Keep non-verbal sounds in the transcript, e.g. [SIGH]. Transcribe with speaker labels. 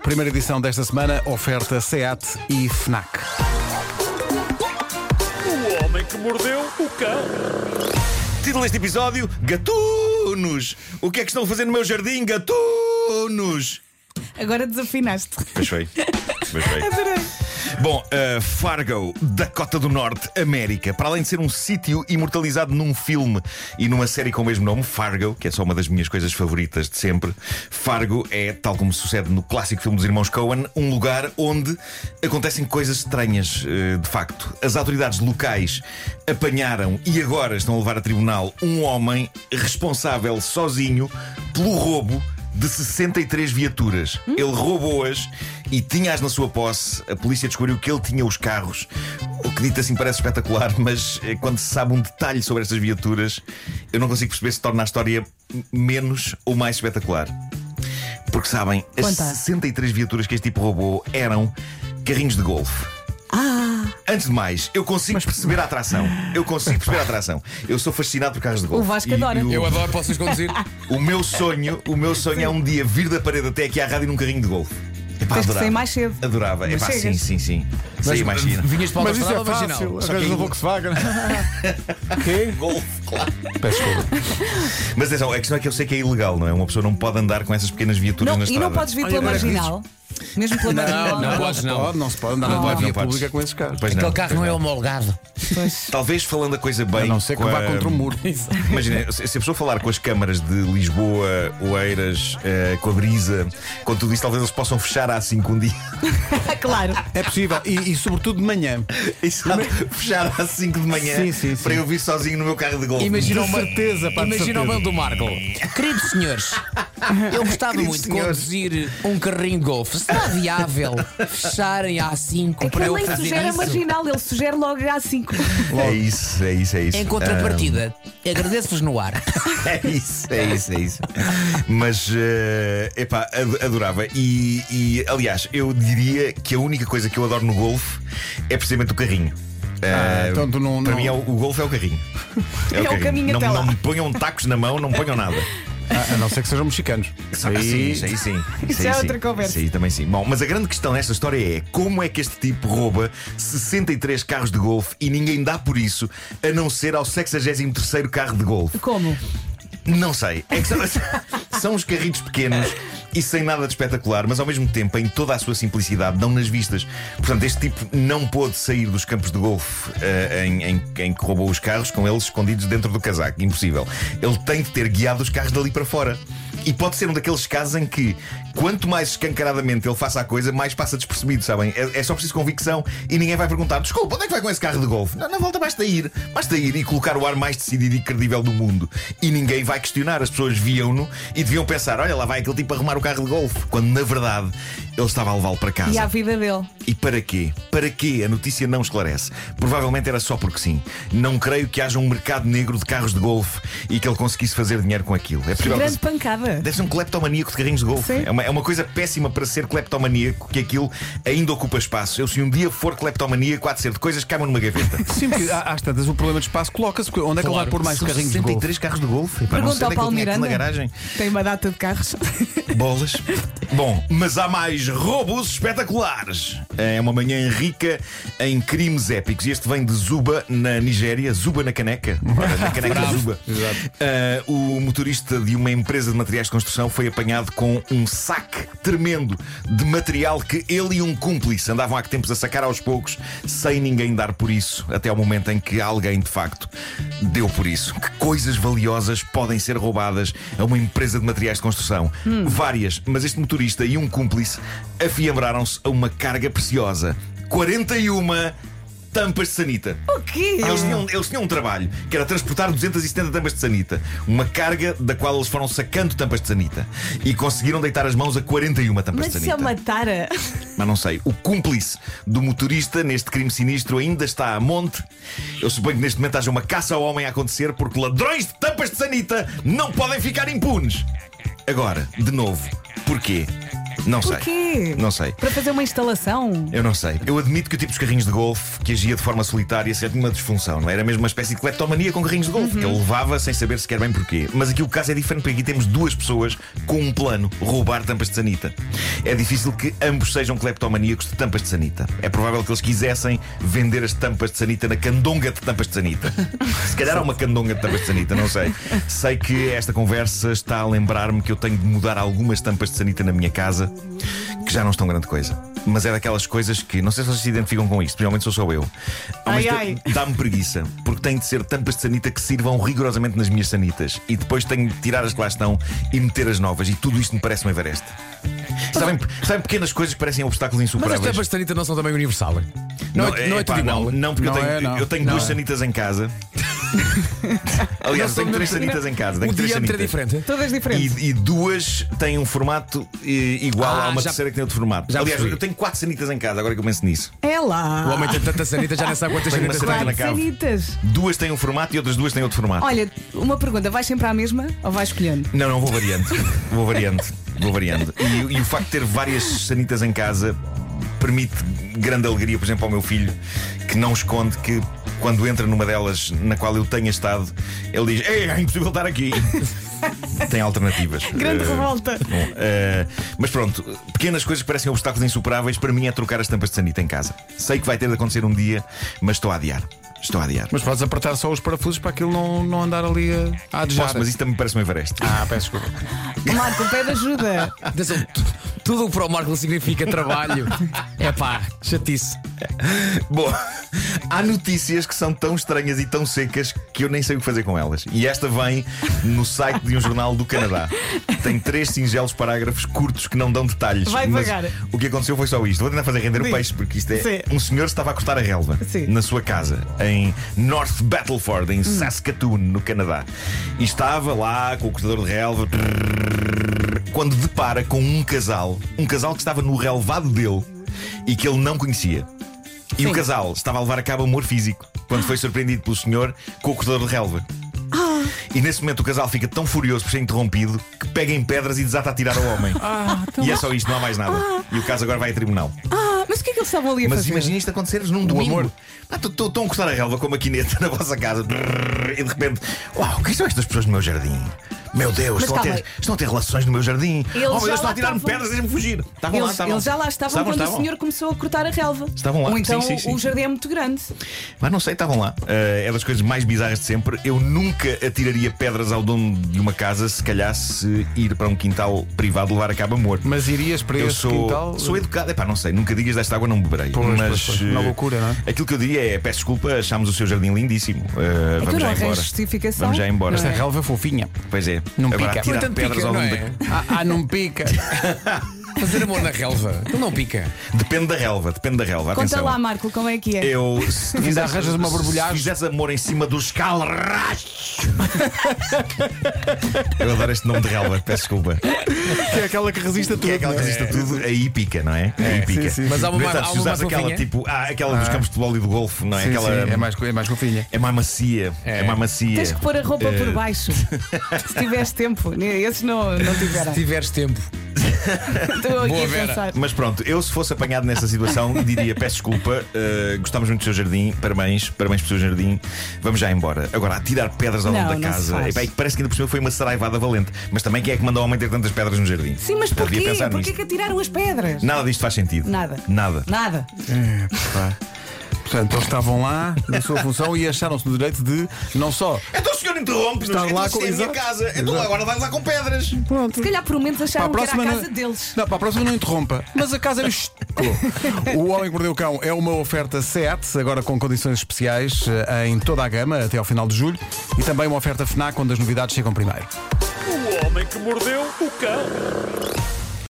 Speaker 1: Primeira edição desta semana, oferta SEAT e FNAC.
Speaker 2: O homem que mordeu o cão.
Speaker 3: Título deste episódio: Gatunos! O que é que estão a fazer no meu jardim? Gatunos!
Speaker 4: Agora desafinaste.
Speaker 3: Pois foi. Pois foi.
Speaker 4: Adorei.
Speaker 3: Bom, uh, Fargo, Dakota do Norte, América. Para além de ser um sítio imortalizado num filme e numa série com o mesmo nome, Fargo, que é só uma das minhas coisas favoritas de sempre, Fargo é, tal como sucede no clássico filme dos irmãos Coen, um lugar onde acontecem coisas estranhas, uh, de facto. As autoridades locais apanharam e agora estão a levar a tribunal um homem responsável sozinho pelo roubo de 63 viaturas.
Speaker 4: Hum?
Speaker 3: Ele roubou-as e tinha-as na sua posse. A polícia descobriu que ele tinha os carros. O que dito assim parece espetacular, [LAUGHS] mas eh, quando se sabe um detalhe sobre estas viaturas, eu não consigo perceber se torna a história m- menos ou mais espetacular. Porque sabem, as
Speaker 4: Conta.
Speaker 3: 63 viaturas que este tipo roubou eram carrinhos de golfe.
Speaker 4: Ah!
Speaker 3: Antes de mais, eu consigo perceber a atração. Eu consigo
Speaker 4: [LAUGHS]
Speaker 3: perceber a atração. Eu sou fascinado por carros de golfe.
Speaker 4: Vasco
Speaker 3: E-
Speaker 4: adora.
Speaker 3: e o-
Speaker 5: Eu adoro, posso conduzir?
Speaker 3: o meu sonho, o meu sonho é um dia vir da parede até aqui à rádio num carrinho de golfe. Epá,
Speaker 4: Tens que sair mais cedo.
Speaker 3: Adorava.
Speaker 4: Mas
Speaker 3: Epá, sim,
Speaker 4: chegas.
Speaker 3: sim, sim. Saí mais cedo.
Speaker 5: Vinhas para a
Speaker 1: Mas isso
Speaker 5: autostrada
Speaker 1: é
Speaker 5: ou vaginal?
Speaker 1: fácil. Arranjas
Speaker 3: Só que
Speaker 1: o
Speaker 3: aí-
Speaker 5: [LAUGHS]
Speaker 1: Volkswagen.
Speaker 3: [LAUGHS] Golfe, claro.
Speaker 1: Peço desculpa.
Speaker 3: Mas atenção, a questão é que eu sei que é ilegal, não é? Uma pessoa não pode andar com essas pequenas viaturas
Speaker 4: Não,
Speaker 3: na
Speaker 4: e
Speaker 3: estrada.
Speaker 4: não podes vir pela
Speaker 1: agora
Speaker 4: marginal. Mesmo pela marginal.
Speaker 5: não.
Speaker 1: se
Speaker 5: podes, não.
Speaker 1: pode, não se pode andar
Speaker 3: Não
Speaker 1: na
Speaker 3: podes,
Speaker 1: via
Speaker 3: não podes.
Speaker 1: pública com esses carros.
Speaker 3: Pois
Speaker 5: Aquele
Speaker 3: não,
Speaker 5: carro
Speaker 3: pois
Speaker 5: não é homologado.
Speaker 4: Pois.
Speaker 3: Talvez falando a coisa bem.
Speaker 1: A não ser que
Speaker 3: com
Speaker 1: vá
Speaker 3: a-
Speaker 1: contra o
Speaker 5: [LAUGHS]
Speaker 1: muro.
Speaker 3: [LAUGHS] Imagina, se se a pessoa falar com as câmaras de Lisboa, Oeiras, eh, com a brisa, com tudo isso, talvez eles possam fechar a A5 um dia.
Speaker 4: [LAUGHS]
Speaker 3: [LAUGHS]
Speaker 4: claro.
Speaker 1: É possível, e, e sobretudo de manhã.
Speaker 3: Exato. Fechar a A5 de manhã
Speaker 1: Sim, sim, sim.
Speaker 3: para eu vir sozinho no meu carro de golfe.
Speaker 5: Imagina
Speaker 1: De
Speaker 5: o ma-
Speaker 1: certeza, pá, de
Speaker 5: Imagina o
Speaker 1: certeza.
Speaker 5: mail do Marco. Queridos senhores, eu gostava
Speaker 3: Queridos
Speaker 5: muito de
Speaker 3: senhores.
Speaker 5: conduzir um carrinho de golfe. Será viável fecharem a A5
Speaker 4: É que
Speaker 5: para
Speaker 4: ele
Speaker 5: eu
Speaker 4: nem
Speaker 5: fazer
Speaker 4: sugere a
Speaker 5: isso?
Speaker 4: marginal, ele sugere logo a A5.
Speaker 3: É isso, é isso, é isso.
Speaker 5: Em contrapartida, agradeço-vos no ar.
Speaker 3: Ah, é isso, é isso, é isso. Mas, eh, epá, ad- adorava. E, e, aliás, eu diria que a única coisa que eu adoro no golfe é precisamente o carrinho.
Speaker 1: Ah,
Speaker 3: Eh,
Speaker 1: então tu não-
Speaker 3: para
Speaker 1: não-
Speaker 3: mim, é o, o golfe é o carrinho.
Speaker 4: É o caminho
Speaker 3: não,
Speaker 4: até lá.
Speaker 3: Não me ponham tacos na mão, não me ponham nada.
Speaker 1: Ah, A, a não ser que sejam mexicanos.
Speaker 3: Isso aí, isso aí sim.
Speaker 4: Isso
Speaker 3: aí
Speaker 4: é
Speaker 3: sim.
Speaker 4: outra conversa.
Speaker 3: Isso aí também sim. Bom, mas a grande questão nesta história é como é que este tipo rouba 63 carros de golfe e ninguém dá por isso, a não ser ao 63 carro de golfe.
Speaker 4: [LAUGHS] Como?
Speaker 3: Não sei. É que são, [LAUGHS] são os carritos pequenos e sem nada de espetacular, mas ao mesmo tempo, em toda a sua simplicidade, não nas vistas. Portanto, este tipo não pôde sair dos campos de golfe eh, em, em, em que roubou os carros com eles escondidos dentro do casaco. Impossível. Ele tem de ter guiado os carros dali para fora. E pode ser um daqueles casos em que, quanto mais escancaradamente ele faça a coisa, mais passa despercebido, sabem? É, é só preciso convicção e ninguém vai perguntar: desculpa, onde é que vai com esse carro de golfe? Não, na volta basta ir, basta ir e colocar o ar mais decidido e credível do mundo. E ninguém vai questionar. As pessoas viam-no e deviam pensar: olha, lá vai aquele tipo a arrumar o carro de golfe. Quando na verdade ele estava a levá-lo para casa.
Speaker 4: E a vida dele.
Speaker 3: E para quê? Para quê? A notícia não esclarece. Provavelmente era só porque sim. Não creio que haja um mercado negro de carros de golfe e que ele conseguisse fazer dinheiro com aquilo. É possível
Speaker 4: Grande pancada.
Speaker 3: Deve ser um cleptomaníaco de carrinhos de golfe.
Speaker 4: Sim.
Speaker 3: É uma, é uma coisa péssima para ser cleptomaníaco, que aquilo ainda ocupa espaço. Eu, se um dia for cleptomaníaco, há de ser de coisas que cabem numa
Speaker 1: [LAUGHS]
Speaker 3: gaveta.
Speaker 1: Sim, porque há- às tantas o problema de espaço coloca-se. porque Onde é que ele vai
Speaker 5: Claro,
Speaker 1: pôr mais
Speaker 3: São
Speaker 1: carrinhos de golfe?
Speaker 3: 63 carros de golfe. Epá, não sei
Speaker 4: Pergunta ao
Speaker 3: onde é que
Speaker 4: Paulo
Speaker 3: ele tinha aquilo
Speaker 4: Miranda.
Speaker 3: na garagem.
Speaker 4: Tem uma data de [LAUGHS] carros.
Speaker 3: Bolas. Bom, mas há mais roubos espetaculares. É uma manhã rica em crimes épicos. Este vem de Zuba, na Nigéria. Zuba na caneca. Ora, Na caneca de Zuba. Ah, o motorista de uma empresa de materiais de construção foi apanhado com um saque tremendo de material que ele e um cúmplice andavam há que tempos a sacar aos poucos, sem ninguém dar por isso, até ao momento em que alguém de facto deu por isso. Que coisas valiosas podem ser roubadas a uma empresa de materiais de construção? Várias, mas este motorista e um cúmplice afianbraram-se a uma carga preciosa. 41 tampas de sanita.
Speaker 4: O quê?
Speaker 3: Eles tinham, eles tinham um trabalho que era transportar 270 tampas de sanita, uma carga da qual eles foram sacando tampas de sanita e conseguiram deitar as mãos a 41 tampas
Speaker 4: Mas é
Speaker 3: de
Speaker 4: se
Speaker 3: sanita.
Speaker 4: eu matara.
Speaker 3: Mas não sei, o cúmplice do motorista neste crime sinistro ainda está a monte. Eu suponho que neste momento haja uma caça ao homem a acontecer porque ladrões de tampas de sanita não podem ficar impunes. Agora, de novo, porquê? Não sei.
Speaker 4: Porquê?
Speaker 3: Não sei.
Speaker 4: Para fazer uma instalação?
Speaker 3: Eu não sei. Eu admito que o tipo dos carrinhos de golfe que agia de forma solitária seria uma disfunção, não é? Era mesmo uma espécie de cleptomania com carrinhos de golfe, que ele levava sem saber sequer bem porquê. Mas aqui o caso é diferente, porque aqui temos duas pessoas com um plano: roubar tampas de sanita. É difícil que ambos sejam cleptomaníacos de tampas de sanita. É provável que eles quisessem vender as tampas de sanita na candonga de tampas de sanita. Se calhar há uma candonga de tampas de sanita, não sei. Sei que esta conversa está a lembrar-me que eu tenho de mudar algumas tampas de sanita na minha casa que já não estão grande coisa. Mas é daquelas coisas que não sei se vocês se identificam com isto, principalmente sou só eu. Há uma
Speaker 4: Ai,
Speaker 3: histó-
Speaker 4: ai.
Speaker 3: Dá-me preguiça, porque tem de ser tampas de sanita que sirvam rigorosamente nas minhas sanitas e depois tenho de tirar as que lá estão e meter as novas, e tudo isto me parece um Everest. Sabem, sabem pequenas coisas que parecem obstáculos
Speaker 5: Mas as
Speaker 3: insuperáveis.
Speaker 5: tampas de sanita não são também universal. hein? Não, é, não é
Speaker 3: pá,
Speaker 5: tudo igual.
Speaker 3: Não, não, porque
Speaker 1: Não
Speaker 3: eu tenho,
Speaker 1: é, não.
Speaker 3: eu tenho
Speaker 1: Não
Speaker 3: duas
Speaker 1: é.
Speaker 3: sanitas em
Speaker 5: [LAUGHS]
Speaker 3: casa. Aliás, eu tenho três sanitas em casa. Tenho
Speaker 5: O
Speaker 3: três
Speaker 5: diâmetro é
Speaker 3: sanitas.
Speaker 5: diferente.
Speaker 4: Todas diferentes.
Speaker 3: E, e duas têm um formato eh, igual
Speaker 5: Ah,
Speaker 3: a uma
Speaker 5: já-
Speaker 3: terceira que tem outro formato.
Speaker 5: já
Speaker 3: Aliás,
Speaker 5: percebi.
Speaker 3: eu tenho quatro sanitas em casa, agora que eu penso nisso.
Speaker 4: É
Speaker 5: O
Speaker 4: lá.
Speaker 5: homem tem tanta sanita, já não sabe quantas
Speaker 3: Tem uma
Speaker 5: sanitas tem.
Speaker 3: sanita
Speaker 4: Claro,
Speaker 3: na cave.
Speaker 4: sanitas.
Speaker 3: Duas têm um formato e outras duas têm outro formato.
Speaker 4: Olha, uma pergunta: vais sempre à mesma ou vais escolhendo?
Speaker 3: Não, não, vou variando. vou variando. Vou variando. E, e o facto de ter várias sanitas em casa permite grande alegria, por exemplo, ao meu filho, que não esconde que. Quando entra numa delas na qual eu tenha estado, ele diz: Ei, é impossível estar
Speaker 4: [LAUGHS]
Speaker 3: aqui. Tem alternativas.
Speaker 4: Grande
Speaker 3: Eh,
Speaker 4: revolta.
Speaker 3: Bom, eh, mas pronto, pequenas coisas que parecem obstáculos insuperáveis, para mim é trocar as tampas de sanita em casa. Sei que vai ter de acontecer um dia, mas estou a adiar. Estou a adiar.
Speaker 1: Mas podes apertar só os parafusos para aquilo não, não andar ali a, a adejar.
Speaker 3: Posso, mas isso também parece um Everest.
Speaker 1: Ah, peço desculpa.
Speaker 4: Marco, pede ajuda.
Speaker 5: [LAUGHS] Atenção, tu- tudo o que para o Marco significa trabalho. É pá, chatice.
Speaker 3: Bom, [LAUGHS] há notícias que são tão estranhas e tão secas que eu nem sei o que fazer com elas. E esta vem no site de um jornal do Canadá. Tem três singelos parágrafos curtos que não dão detalhes.
Speaker 4: Vai
Speaker 3: mas
Speaker 4: devagar.
Speaker 3: O que aconteceu foi só isto. Vou tentar fazer render o
Speaker 4: Diz.
Speaker 3: peixe, porque isto é.
Speaker 4: Sim.
Speaker 3: Um senhor estava a cortar a relva
Speaker 4: Sim.
Speaker 3: na sua casa, em North Battleford, em Saskatoon, no Canadá. E estava lá com o cortador de relva. Quando depara com um casal, um casal que estava no relvado dele e que ele não conhecia. E o casal estava a levar a cabo amor físico quando foi surpreendido pelo senhor com o cortador de relva. E nesse momento o casal fica tão furioso por ser interrompido que pega em pedras e desata a tirar ao homem. e é só isto, não há mais nada. E o caso agora vai a tribunal.
Speaker 4: Ah, mas o que é que eles estavam ali a
Speaker 3: Mas
Speaker 4: fazer?
Speaker 3: imagina isto acontecer num domingo. Ah, Estão a cortar a relva com uma quineta [LAUGHS] na vossa casa Brrr, e de repente, uau, quem são estas pessoas no meu jardim? Meu Deus,
Speaker 4: Mas
Speaker 3: estão a,
Speaker 4: calma
Speaker 3: ter, estão a ter relações no meu jardim.
Speaker 4: Eles
Speaker 3: oh, meu
Speaker 4: já
Speaker 3: Deus, estão
Speaker 4: lá
Speaker 3: a tirar-me
Speaker 4: estavam.
Speaker 3: pedras e deixem-me fugir. Estavam lá,
Speaker 4: Eles,
Speaker 3: estavam
Speaker 4: eles já lá estavam, quando
Speaker 3: estavam.
Speaker 4: o senhor começou a cortar a relva.
Speaker 3: Estavam lá,
Speaker 4: Ou
Speaker 3: sim,
Speaker 4: então
Speaker 3: sim, sim.
Speaker 4: o jardim é muito grande.
Speaker 3: Mas não sei, estavam lá. Eh, é das coisas mais bizarras de sempre. Eu nunca atiraria pedras ao dono de uma casa se calhar se ir para um quintal privado levar a cabo amor.
Speaker 1: Mas irias para
Speaker 3: Eu
Speaker 1: esse
Speaker 3: sou,
Speaker 1: quintal?
Speaker 3: sou educado, epá, não sei, nunca digas desta água não beberei.
Speaker 1: Pois,
Speaker 3: mas
Speaker 1: pois, pois. Uma
Speaker 3: eh,
Speaker 1: loucura, não é?
Speaker 3: Aquilo que eu diria é: peço desculpa, achámos o seu jardim lindíssimo. Eh,
Speaker 4: É que eu
Speaker 3: vamos
Speaker 4: não
Speaker 3: já
Speaker 4: arranjo
Speaker 3: embora.
Speaker 4: justificação,
Speaker 3: Vamos já embora.
Speaker 4: não
Speaker 1: Esta relva é fofinha.
Speaker 3: Pois é,
Speaker 1: Não
Speaker 3: Agora
Speaker 1: pica.
Speaker 3: atirar
Speaker 4: um
Speaker 5: Portanto,
Speaker 3: pedras
Speaker 5: pica,
Speaker 3: ao
Speaker 5: não
Speaker 3: dono
Speaker 5: é?
Speaker 3: da-
Speaker 1: Ah, ah, não pica.
Speaker 5: Fazer amor na relva. Ele não pica.
Speaker 3: Depende da relva, depende da relva.
Speaker 4: Conta
Speaker 3: Atenção.
Speaker 4: lá, Marco, como é que
Speaker 1: [LAUGHS]
Speaker 4: é?
Speaker 3: Eu se tu
Speaker 1: Ainda
Speaker 3: fizesse-
Speaker 1: arranjas uma borbulhagem.
Speaker 3: Se fizesse amor em cima dos calras.
Speaker 1: [LAUGHS]
Speaker 3: Eu adoro este nome de relva, peço desculpa.
Speaker 1: que é aquela que resiste a tudo.
Speaker 3: Que é aquela que existe tudo, aí pica, não é? Aí pica.
Speaker 1: sim, sim.
Speaker 5: Mas há uma
Speaker 3: No
Speaker 5: mais-
Speaker 3: entanto,
Speaker 5: há
Speaker 3: se
Speaker 5: uma
Speaker 3: usares
Speaker 5: mais
Speaker 3: aquela
Speaker 5: fofinha?
Speaker 3: tipo, ah, aquela dos campos de futebol e do golfe, não é?
Speaker 1: Sim,
Speaker 3: aquela
Speaker 1: sim, é, mais, é mais fofinha.
Speaker 3: é mais macia. É,
Speaker 5: É.
Speaker 3: mais macia.
Speaker 4: Tens que pôr a roupa
Speaker 3: Eh.
Speaker 4: por
Speaker 3: [LAUGHS]
Speaker 4: baixo. Se tiveres tempo. Esses não, não tiveram.
Speaker 5: Se tiveres tempo.
Speaker 4: Estou aqui
Speaker 5: Boa,
Speaker 4: a
Speaker 5: Vera.
Speaker 4: pensar.
Speaker 3: Mas pronto, eu se fosse apanhado nessa situação, [LAUGHS] diria peço desculpa, uh, gostamos muito do seu jardim, parabéns, parabéns pelo seu jardim, vamos já embora. Agora, a tirar pedras ao
Speaker 4: Não,
Speaker 3: longo da
Speaker 4: não se
Speaker 3: casa,
Speaker 4: faz.
Speaker 3: epá, e que parece que ainda por cima foi uma saraivada valente, mas também quem é que mandou o homem ter tantas pedras no jardim?
Speaker 4: Sim, mas
Speaker 3: Eu
Speaker 4: porquê?
Speaker 3: devia pensar
Speaker 4: Porquê
Speaker 3: nisto.
Speaker 4: que atiraram as pedras?
Speaker 3: Nada disto faz sentido.
Speaker 4: Nada.
Speaker 3: Nada.
Speaker 4: Nada.
Speaker 1: Portanto, eles estavam lá na sua função e acharam-se no direito de não só.
Speaker 3: Então o senhor interrompe,
Speaker 1: Estar
Speaker 3: não
Speaker 1: lá
Speaker 3: isto
Speaker 1: com-
Speaker 3: é a minha
Speaker 1: Exato.
Speaker 3: casa. Então
Speaker 1: Exato.
Speaker 3: agora vai lá com pedras.
Speaker 1: Pronto.
Speaker 4: Se calhar por menos
Speaker 1: Para a
Speaker 4: acharam que era a
Speaker 1: próxima.
Speaker 4: casa
Speaker 1: não-
Speaker 4: deles.
Speaker 1: Não, para a próxima não
Speaker 4: [LAUGHS]
Speaker 1: interrompa. Mas a casa era escuro. O Homem que Mordeu o Cão é uma oferta SEAT, agora com condições especiais eh, em toda a gama até ao final de julho. E também uma oferta FNAC, onde as novidades chegam primeiro.
Speaker 2: O homem que mordeu o cão.